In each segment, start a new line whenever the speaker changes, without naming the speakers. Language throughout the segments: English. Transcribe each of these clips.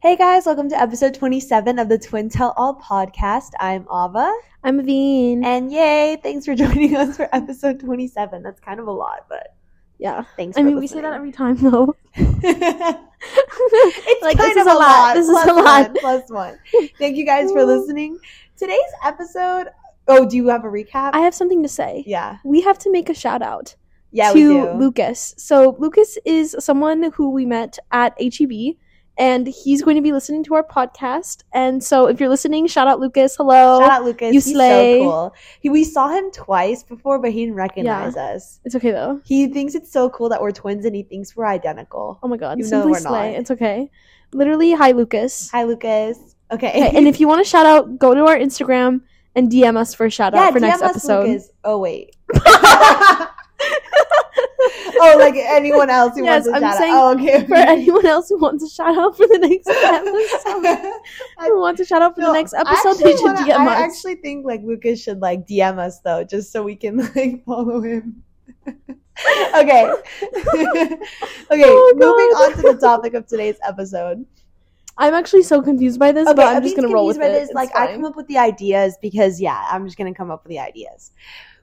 Hey guys, welcome to episode 27 of the Twin Tell All podcast. I'm Ava.
I'm Veen.
And yay, thanks for joining us for episode 27. That's kind of a lot, but uh,
yeah.
thanks
I
for
mean, we say that every time though.
that. it's
Like,
kind
this
of a
is a
lot.
lot. This is
plus
a lot.
One, plus one. Thank you guys for listening. Today's episode. Oh, do you have a recap?
I have something to say.
yeah.
We have to make a shout out
Yeah, we
to
do.
Lucas. So, Lucas is someone who we met at HEB, and he's going to be listening to our podcast. And so, if you're listening, shout out Lucas. Hello.
Shout out Lucas.
you
He's so
slay.
cool. He, we saw him twice before, but he didn't recognize us.
It's okay though.
He thinks it's so cool that we're twins and he thinks we're identical.
Oh my God.
You know
Simply
we're
slay.
not.
It's okay. Literally, hi, Lucas.
Hi, Lucas. Okay.
Okay, and if you want to shout out, go to our Instagram and DM us for a shout out for next
DM us,
episode.
Lucas. Oh wait. oh, like anyone else who
Yes,
wants to
I'm
shout
saying
out. Oh, okay.
For anyone else who wants a shout out for the next episode. who wants a shout out for
No,
the next
I
episode,
actually
they should
wanna-
DM
I
us.
actually think like Lucas should like DM us though, just so we can like follow him. okay. okay,
Oh,
moving
God.
on to the topic of today's episode.
I'm actually so confused by this,
Okay,
but I'm just gonna roll with
confused by
it.
This.
It's
Like I
fine.
come up with the ideas because yeah, I'm just gonna come up with the ideas.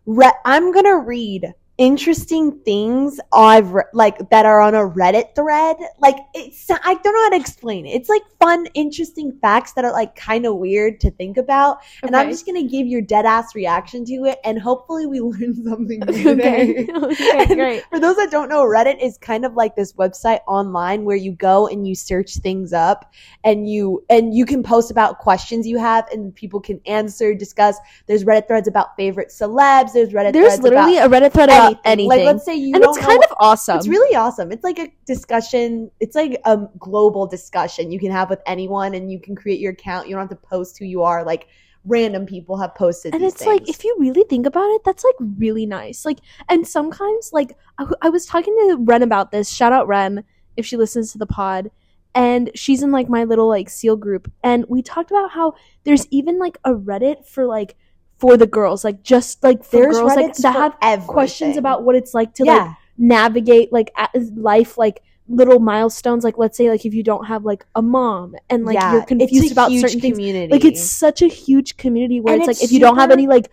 Re- I'm gonna read interesting things I've re- like that are on a Reddit thread. Like it's I don't know how to explain it. It's like fun, interesting facts that are like kind of weird to think about, and I'm
Okay.
just gonna give your dead ass reaction to it, and hopefully we learn something new today.
okay. okay, great.
For those that don't know, Reddit is kind of like this website online where you go and you search things up and you and you can post about questions you have and people can answer, discuss. There's Reddit threads about favorite celebs, there's Reddit
There's
threads
literally
about
a Reddit thread
anything.
about anything,
Like let's say you
and
don't
it's
know
kind of awesome.
it's really awesome. It's like a discussion. It's like a global discussion you can have with anyone, and you can create your account. You don't have to post who you are. Like random people have posted.
and
these
it's like
things.
if you really think about it, that's like really nice. Like, and sometimes like I, w- I was talking to Ren about this. Shout out Ren if she listens to the pod. And she's in like my little like seal group, and we talked about how there's even like a Reddit for like for the girls, like just like for
there's
girls like
Reddits
that
for
have questions
everything.
about what it's like to
yeah.
like navigate like a- life like little milestones like let's say like if you don't have like a mom and like you're
it's a
confused about
huge
certain things
community.
like it's such a huge community where
And
it's,
it's
like if you don't have
super-
any like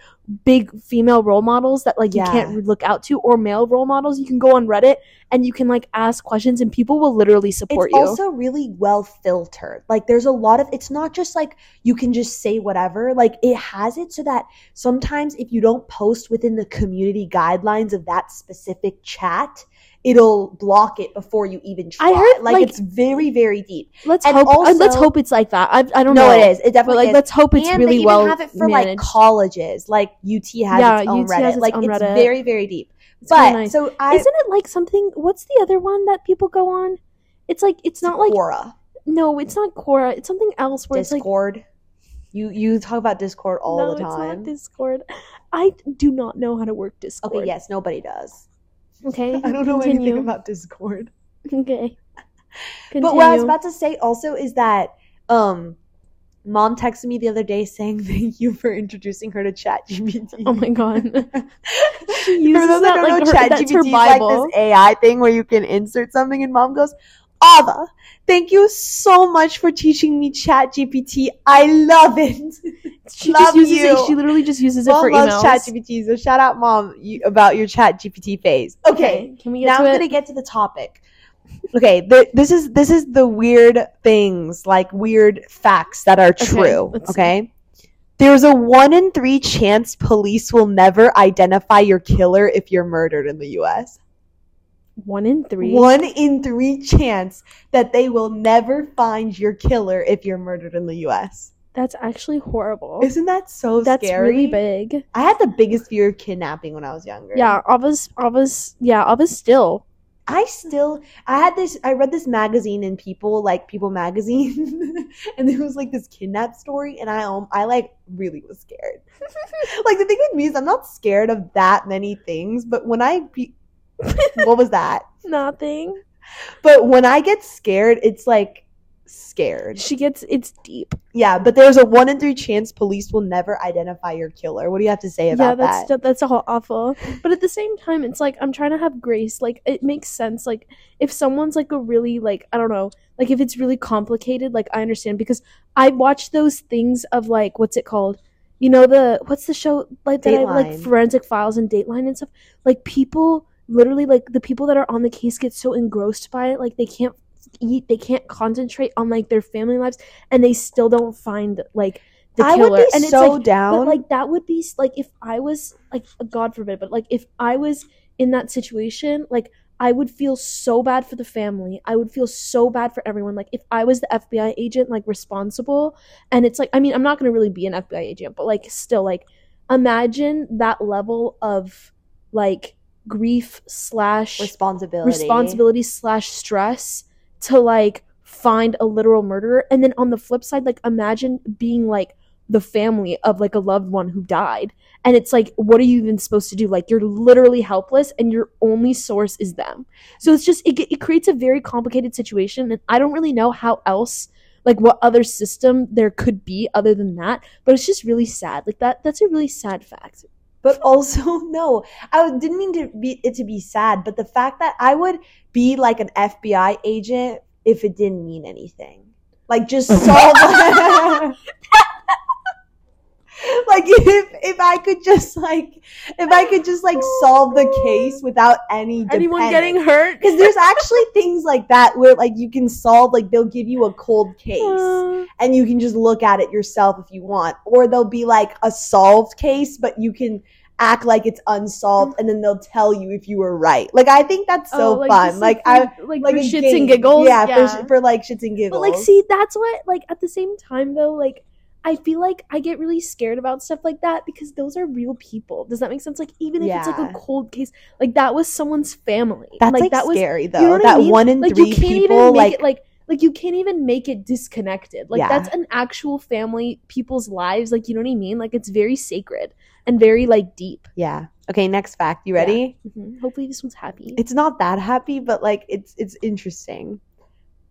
big female role models that like
Yeah.
you can't look out to or male role models you can go on reddit and you can like ask questions and people will literally support
it's
you
also really well filtered. Like there's a lot of it's not just like you can just say whatever. Like it has it so that sometimes if you don't post within the community guidelines of that specific chat, it'll block it before you even try.
I heard,
like,
like-
it's very very deep.
let's
and
hope uh, let's
also-
hope it's like that i, I don't
no,
know
it is. It
but
definitely
like
is.
let's hope it's
and they
really
even
well
have it for
managed
like colleges. Like UT has
Yeah,
its own
UT
Reddit.
has its
like
own
it's
Reddit.
very very deep.
It's really
but
nice.
so I
isn't it like something what's the other one that people go on it's like it's not like
Quora,
No, it's not Quora. It's something else where it's like
Discord. you you talk about Discord all
no,
the time.
It's not Discord. I do not know how to work Discord.
Okay, yes, nobody does.
Okay.
I don't know anything
continue.
about Discord.
Okay. Continue.
But what I was about to say also is that um mom texted me the other day saying thank you for introducing her to ChatGPT.
Oh my god.
she
uses that like her- that's her
like
Bible.
this AI thing where you can insert something and mom goes, Ava, thank you so much for teaching me ChatGPT. I love it.
She
Love
just uses
you.
it. She literally just uses it
mom
for
loves
emails.
ChatGPT, so shout out mom you, about your ChatGPT phase. okay.
Can we get
now
to
I'm
it?
gonna get to the topic. Okay, the, this is this is the weird things like weird facts that are true.
let's see.
Okay, there's a one in three chance police will never identify your killer if you're murdered in the U.S.
One in three.
One in three chance that they will never find your killer if you're murdered in the U.S.
That's actually horrible.
Isn't that so
That's
scary?
really big.
I had the biggest fear of kidnapping when I was younger.
Yeah, Ava's Ava's yeah, Ava's still.
I still I had this I read this magazine in People like People magazine and there was like this kidnap story and I um I like really was scared. like the thing with me is I'm not scared of that many things, but when I be- what was that?
Nothing.
But when I get scared, it's like scared.
She gets it's deep.
Yeah, but there's a one in three chance police will never identify your killer. What do you have to say
Yeah,
about that?
that's that. that's all awful. But at the same time, it's like I'm trying to have grace. Like it makes sense. Like if someone's like a really like I don't know, like if it's really complicated, like I understand because I watch those things of like what's it called? You know the what's the show like that I like
Dateline.
forensic files and Dateline and stuff. Like people literally like the people that are on the case get so engrossed by it, like they can't eat, they can't concentrate on like their family lives, and they still don't find like the
I
killer.
would be
and it's
so
like
down.
but like that would be s- like if I was like God forbid, but like if I was in that situation, like I would feel so bad for the family. I would feel so bad for everyone. Like if I was the FBI agent, like responsible, and it's like I mean I'm not gonna really be an FBI agent, but like still like imagine that level of like grief slash
responsibility.
responsibility slash stress to like find a literal murderer and then on the flip side like imagine being like the family of like a loved one who died and it's like what are you even supposed to do like you're literally helpless and your only source is them so it's just it, ge- it creates a very complicated situation and i don't really know how else like what other system there could be other than that but it's just really sad like that that's a really sad fact
But also, no, I would- didn't mean to be it to be sad, but the fact that I would be like an FBI agent if it didn't mean anything, like just solve. Like if if I could just like if I could just like solve the case without any
anyone
dependence.
getting hurt
Because there's actually things like that where like you can solve like they'll give you a cold case
Uh,
and you can just look at it yourself if you want, or they'll be like a solved case but you can act like it's unsolved and then they'll tell you if you were right. Like I think that's so
Mm. Oh, like,
fun.
just,
Like I
for- like,
like
for
a
shits
game.
and giggles.
Yeah, For, for like shits and
but
giggles.
like, see, that's what like at the same time though, like I feel like I get really scared about stuff like that because those are real people. Does that make sense? Like even if it's like
Yeah.
a cold case, like that was someone's family.
that's like,
that was
scary though.
you know what I
that
mean?
one in
like
three
you can't
people
even make
like
it like like you can't even make it disconnected. Like
Yeah.
that's an actual family, people's lives. Like you know what I mean? Like it's very sacred and very like deep.
Yeah. Okay, next fact. You
Yeah.
ready?
Mhm. Hopefully this one's happy.
it's not that happy, but like it's it's interesting.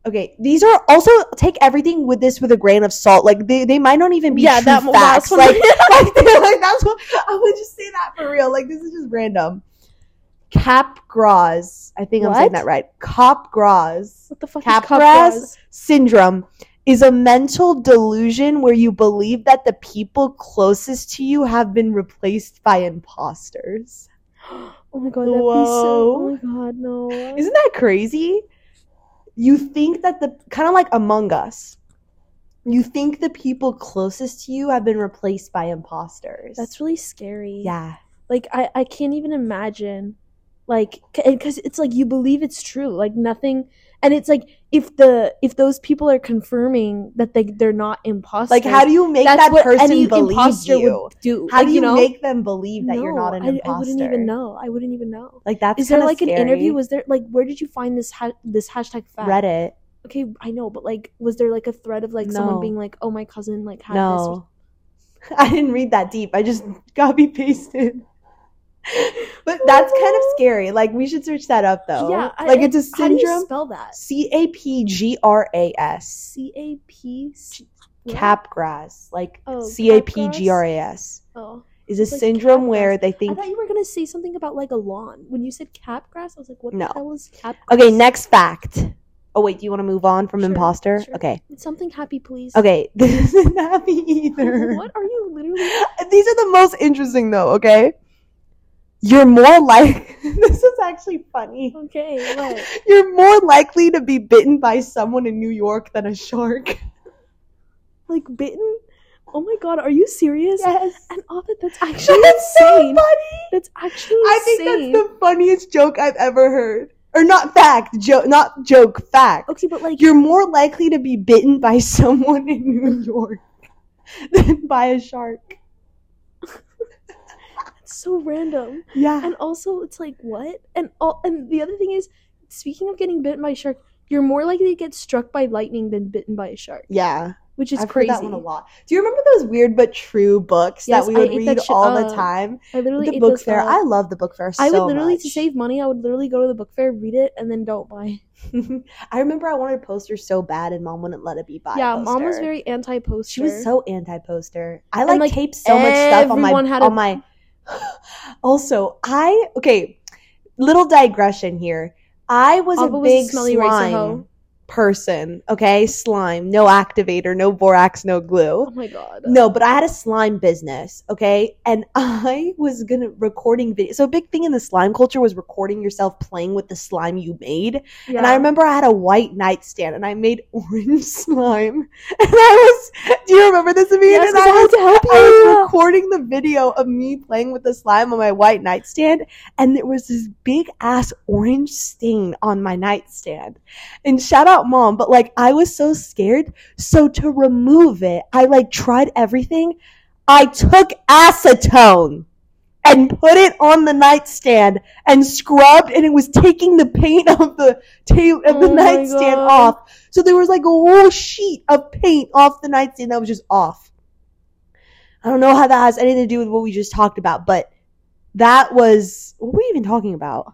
Okay, these are also take everything with this with a grain of salt. Like they, they might not even be
yeah,
true
that
facts.
last one.
Like, like, they're like that's what I would just say that for real. Like this is just random. Cap Gras, I think I'm saying
What?
that right. Cap Gras
what the fuck is Capgras?
Capgras syndrome is a mental delusion where you believe that the people closest to you have been replaced by imposters.
Oh my god, that'd be
Whoa.
so. Oh my god, no.
Isn't that crazy? You think that the kind of like Among Us, you think the people closest to you have been replaced by imposters.
That's really scary.
yeah,
Like I, I can't even imagine. Like, because it's like you believe it's true. Like nothing, and it's like if the if those people are confirming that they they're not imposters.
like how do you make
that's
that
what
person
any
believe
imposter
you?
would do?
How
Like,
do you,
know?
make them believe that you're not an
No, I,
imposter?
I wouldn't even know. I wouldn't even know.
Like that's
Is there
kinda
like an
scary.
interview? Was there like where did you find this ha- this hashtag fact?
Reddit?
Okay, I know, but like, was there like a thread of like
No.
someone being like, "Oh, my cousin like had this"? Or
No, I didn't read that deep. I just copy pasted. But that's kind of scary. Like we should search that up though.
Yeah, I-
like it's a
How do you
syndrome.
spell that?
C A P G R A S.
C A P C- what?
Capgras, like
Oh,
C A P G R A S,
Oh,
is a
It's like
syndrome
capgras.
where they
I
think.
thought you were gonna say something about like a lawn when you said capgrass. I was like, what
No.
the hell is capgrass?
Okay, next fact. Oh wait, do you want to move on from
Sure,
imposter?
sure.
Okay,
something happy, please.
okay, this isn't happy either.
what are you literally?
These are the most interesting though. Okay, you're more like this is actually funny.
Okay, what?
You're more likely to be bitten by someone in New York than a shark.
Like bitten? Oh my god, are you serious?
Yes,
And all that that's actually
that's so
insane.
funny.
that's actually
I think
insane.
that's the funniest joke I've ever heard. Or not fact, joke, not joke, fact.
okay, but like
You're more likely to be bitten by someone in New York than by a shark.
it's so random.
Yeah.
And also, it's like what? And all and the other thing is, speaking of getting bitten by a shark, you're more likely to get struck by lightning than bitten by a shark,
Yeah,
which is
I've
crazy.
heard that one a lot. Do you remember those weird but true books
Yes,
that we
I
would
ate that
read
shit
all the
up.
time?
I literally
The
ate
book
those
fair.
up.
I love the book fair. So
I would literally to
much.
save money, I would literally go to the book fair, read it, and then don't buy.
I remember I wanted a poster so bad, and mom wouldn't let it be by.
yeah, mom was very anti-poster.
She was so anti-poster. I like,
like,
taped so much stuff on my
everyone had a-
on my. Also, I okay. Little digression here. I was
Abba
a
was a
big
smelly racer hoe.
slime person. Okay, slime, no activator, no borax, no glue.
Oh my god.
No, but I had a slime business, okay? And I was gonna recording video. So a big thing in the slime culture was recording yourself playing with the slime you made.
Yeah.
And I remember I had a white nightstand and I made orange slime. And I was, do you remember this, Amin?
Yes,
and
'cause I
I was,
had to help
I was
you.
recording the video of me playing with the slime on my white nightstand, and there was this big ass orange stain on my nightstand. And shout out mom, but like I was so scared. So to remove it, I like tried everything. I took acetone and put it on the nightstand and scrubbed, and it was taking the paint of the table of the
Oh my
nightstand
God.
off. So there was like a whole sheet of paint off the nightstand that was just off. I don't know how that has anything to do with what we just talked about, but that was what were we even talking about?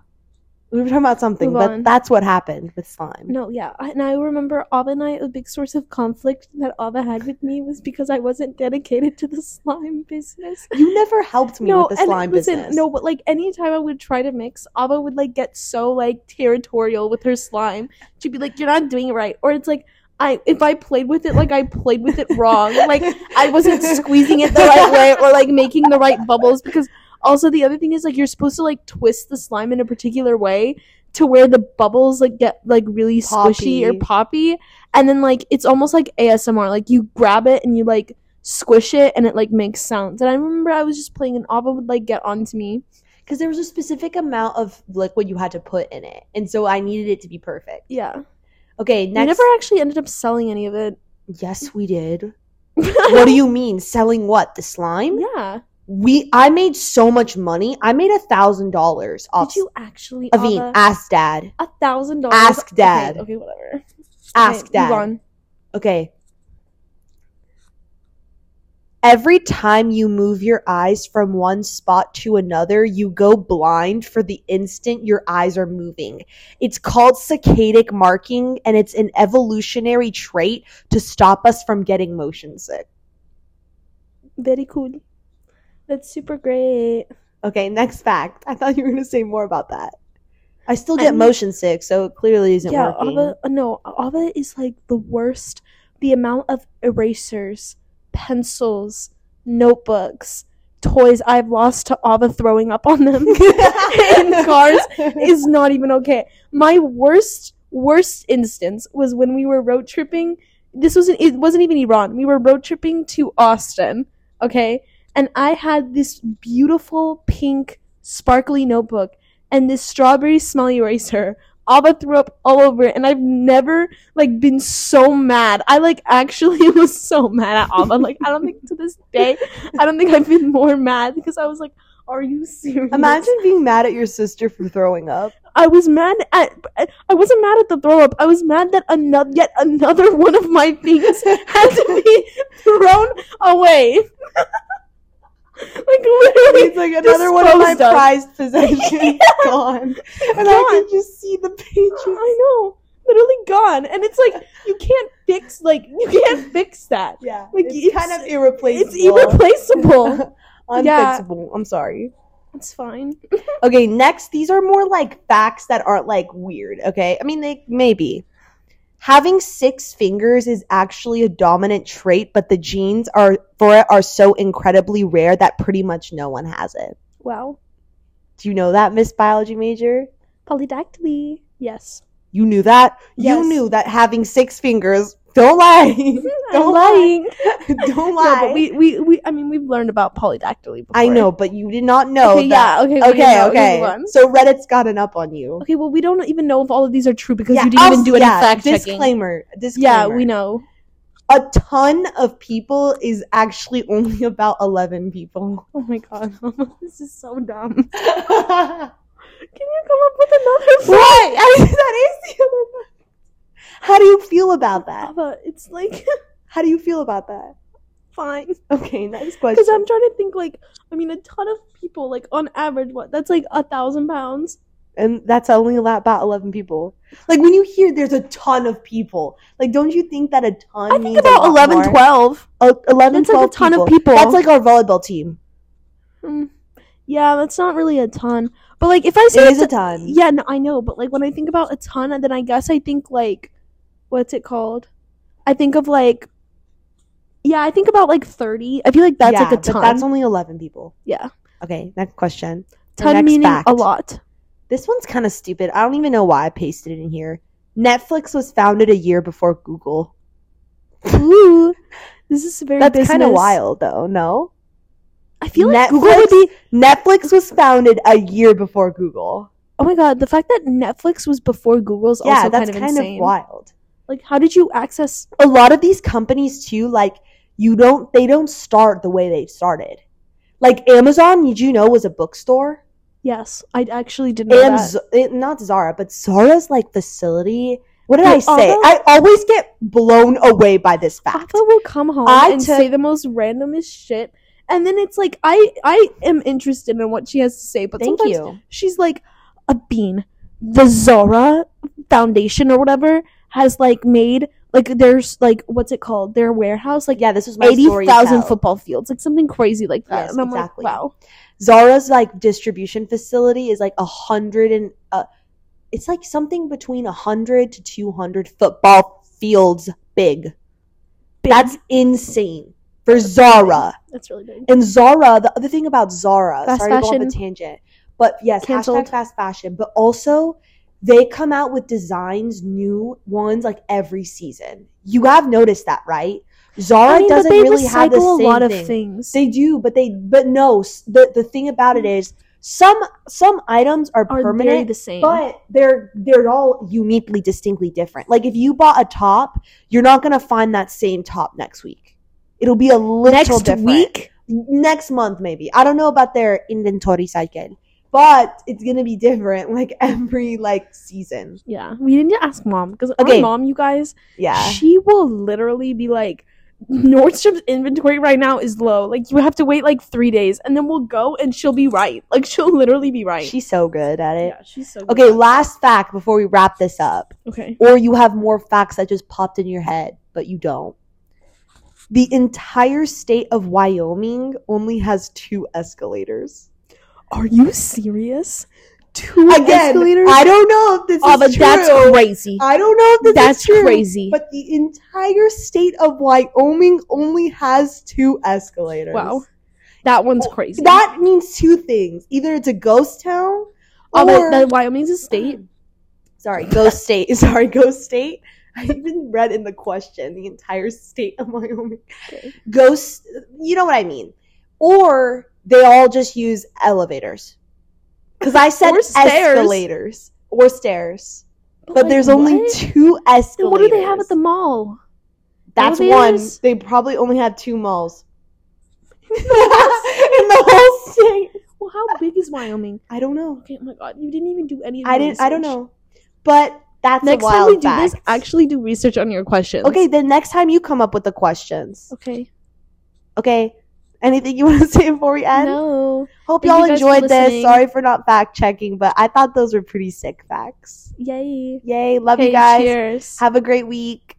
We were talking about something,
Move
but
on.
that's what happened with slime.
No, yeah, I- and I remember Ava and I. A big source of conflict that Ava had with me was because I wasn't dedicated to the slime business.
You never helped me with the slime business.
no, but like anytime I would try to mix, Ava would like get so like territorial with her slime. She'd be like, "You're not doing it right," or it's like, "I if I played with it, like I played with it wrong, like I wasn't squeezing it the right way or like making the right bubbles." Because also the other thing is like you're supposed to like twist the slime in a particular way to where the bubbles like get like really squishy or
Poppy.
poppy, and then like it's almost like ASMR. Like you grab it and you like squish it and it like makes sounds. And I remember I was just playing and Ava would like get onto me.
because there was a specific amount of liquid you had to put in it, and so I needed it to be perfect.
Yeah.
Okay,
I
next.
never actually ended up selling any of it.
Yes, we did. what do you mean selling what the slime?
yeah.
We I made so much money. I made a thousand dollars off.
Did you actually
Aveen,
Ava?
ask dad.
A thousand dollars.
Ask
Okay,
Dad.
Okay, whatever.
Ask
Okay,
dad.
Move on.
Okay. Every time you move your eyes from one spot to another, you go blind for the instant your eyes are moving. It's called saccadic marking, and it's an evolutionary trait to stop us from getting motion sick.
Very cool. That's super great.
Okay, next fact. I thought you were going to say more about that. I still
I
get
mean-
motion sick, so it clearly isn't
yeah,
working.
Ava, uh, no, Ava is like the worst. The amount of erasers, pencils, notebooks, toys I've lost to Ava throwing up on them in cars is not even okay. My worst worst instance was when we were road tripping. This wasn't it wasn't even Iran. We were road tripping to Austin, okay? And I had this beautiful pink sparkly notebook and this strawberry smell eraser. Ava threw up all over it, and I've never like been so mad. I like actually was so mad at Ava. Like I don't think to this day, I don't think I've been more mad because I was like, "Are you serious?"
Imagine being mad at your sister for throwing up.
I was mad at I wasn't mad at the throw up. I was mad that another yet another one of my things had to be thrown away. like literally,
it's like another one of my
Disposed of.
prized possessions gone, and I can just see the pages.
I know, literally gone. And it's like you can't fix like you can't fix that.
Yeah,
Like,
it's,
it's-
kind of irreplaceable.
It's irreplaceable. Yeah.
unfixable. I'm sorry.
It's fine.
Okay, next, these are more like facts that aren't like weird. Okay, I mean they maybe. Having six fingers is actually a dominant trait, but the genes are for it are so incredibly rare that pretty much no one has it.
Wow,
Do you know that, Miss Biology major?
polydactyly. Yes,
You knew that.
Yes.
You knew that having six fingers. Don't lie. Don't
Mm-hmm. I'm
lie.
lying.
Don't
No,
lie.
but we, we we I mean we've learned about polydactyly before.
I know, but you did not know
okay,
that.
yeah. Okay. we
Okay,
know.
okay.
move on.
So Reddit's gotten up on you.
Okay, well, we don't even know if all of these are true because
Yeah,
you didn't
I'll-
even do any
yeah,
fact checking.
Disclaimer. Disclaimer.
Yeah, we know.
A ton of people is actually only about 11 people.
Oh my god, this is so dumb. Can
what?
you come up with another?
I, that is the other one. How do you feel about that?
But it's like
How do you feel about that?
fine
Okay, next question.
because I'm trying to think like I mean a ton of people like on average what that's like a thousand pounds.
and that's only about about 11 people. Like when you hear there's a ton of people, like don't you think that a ton
I think
means a
about
lot
11,
more?
12.
Uh, 11
That's like
12
a ton of
people.
people.
That's like our volleyball team.
Hmm. Yeah, that's not really a ton. But like if I
It
say
is
it's
a ton.
Yeah, no, I know, but like when I think about a ton, then I guess I think like, what's it called? I think of like, yeah, I think about like thirty. I feel like that's
Yeah,
like a
But
ton.
that's only 11 people.
yeah,
Okay, next question. The
ton
next
meaning
fact.
a lot.
This one's kind of stupid. I don't even know why I pasted it in here. Netflix was founded a year before Google.
Ooh, this is very.
That's kind of
business.
wild, though. No,
I feel like Google
Netflix-
would be.
Netflix was founded a year before Google.
Oh my god, the fact that Netflix was before Google's
Yeah,
also
that's
kind of
kind
insane.
of wild.
Like, how did you access?
a lot of these companies too like you don't they don't start the way they started like amazon did you know was a bookstore
Yes, I actually didn't. Know
and
that.
Z- it, not zara but zara's like facility what did
But
i say
Ava-
i always get blown away by this fact
Papa will come home
I
and
took-
say the most randomest shit, and then it's like I I am interested in what she has to say, but
thank
sometimes
you
she's like a bean. The Zara Foundation or whatever has like made like there's like what's it called their warehouse like
yeah this was my
eighty thousand
football
football fields like something crazy like that,
Yes,
and I'm
exactly.
like wow.
zara's like distribution facility is like a hundred and uh, it's like something between a hundred to 200 football fields big
Big.
that's insane for zara
That's really big.
And Zara, the other thing about Zara,
Fast
sorry to go on
fashion.
the tangent, but yes,
Cancelled.
hashtag fast fashion. But also, they come out with designs, new ones, like every season. You have noticed that, right? Zara
I mean, but
doesn't
they
really
recycle
have the
a
same
lot
thing.
of things.
They do, but they but no. s- The the thing about it is some some items are,
are very
permanent,
the same.
but they're they're all uniquely, distinctly different. Like if you bought a top, you're not gonna find that same top next week. It'll be a little
Next
different
week,
next month maybe. I don't know about their inventory cycle, but it's gonna be different like every like season.
yeah, we need to ask mom because
Okay.
our mom, you guys,
Yeah.
she will literally be like Nordstrom's inventory right now is low. Like you have to wait like three days, and then we'll go, and she'll be right. Like she'll literally be right.
She's so good at it.
yeah, she's so
Okay,
good.
last fact before we wrap this up.
Okay,
Or you have more facts that just popped in your head, but you don't. The entire state of Wyoming only has two escalators.
are you serious? Two
Again,
escalators?
I don't know if this
oh,
is
but
true.
that's crazy.
I don't know if this
That's
is true,
crazy.
But the entire state of Wyoming only has two escalators.
wow, that one's
Oh,
crazy.
That means two things. Either it's a ghost town
oh,
or
but that Wyoming's a state.
sorry, ghost state. Sorry, ghost state. I even read in the question the entire state of Wyoming.
Okay.
Ghost you know what I mean. Or they all just use elevators. Because I said
Or stairs.
escalators. Or stairs. But
like,
there's only
what?
two escalators.
Then what do they have at the mall?
That's
Elevators?
one. They probably only had two malls in the whole state.
Well, how big is Wyoming?
I don't know.
Okay, oh my god, you didn't even do any. Of your
I didn't. I don't
research.
know. But that's
Next
a
time
wild
we do this,
fact.
actually do research on your questions.
okay. Then next time you come up with the questions.
Okay.
Okay. Anything you want to say before we end?
No.
Hope
Thank
y'all
you guys for
enjoyed this.
listening.
Sorry for not fact checking, but I thought those were pretty sick facts.
Yay.
Yay! Love
Okay,
you guys.
Cheers.
Have a great week.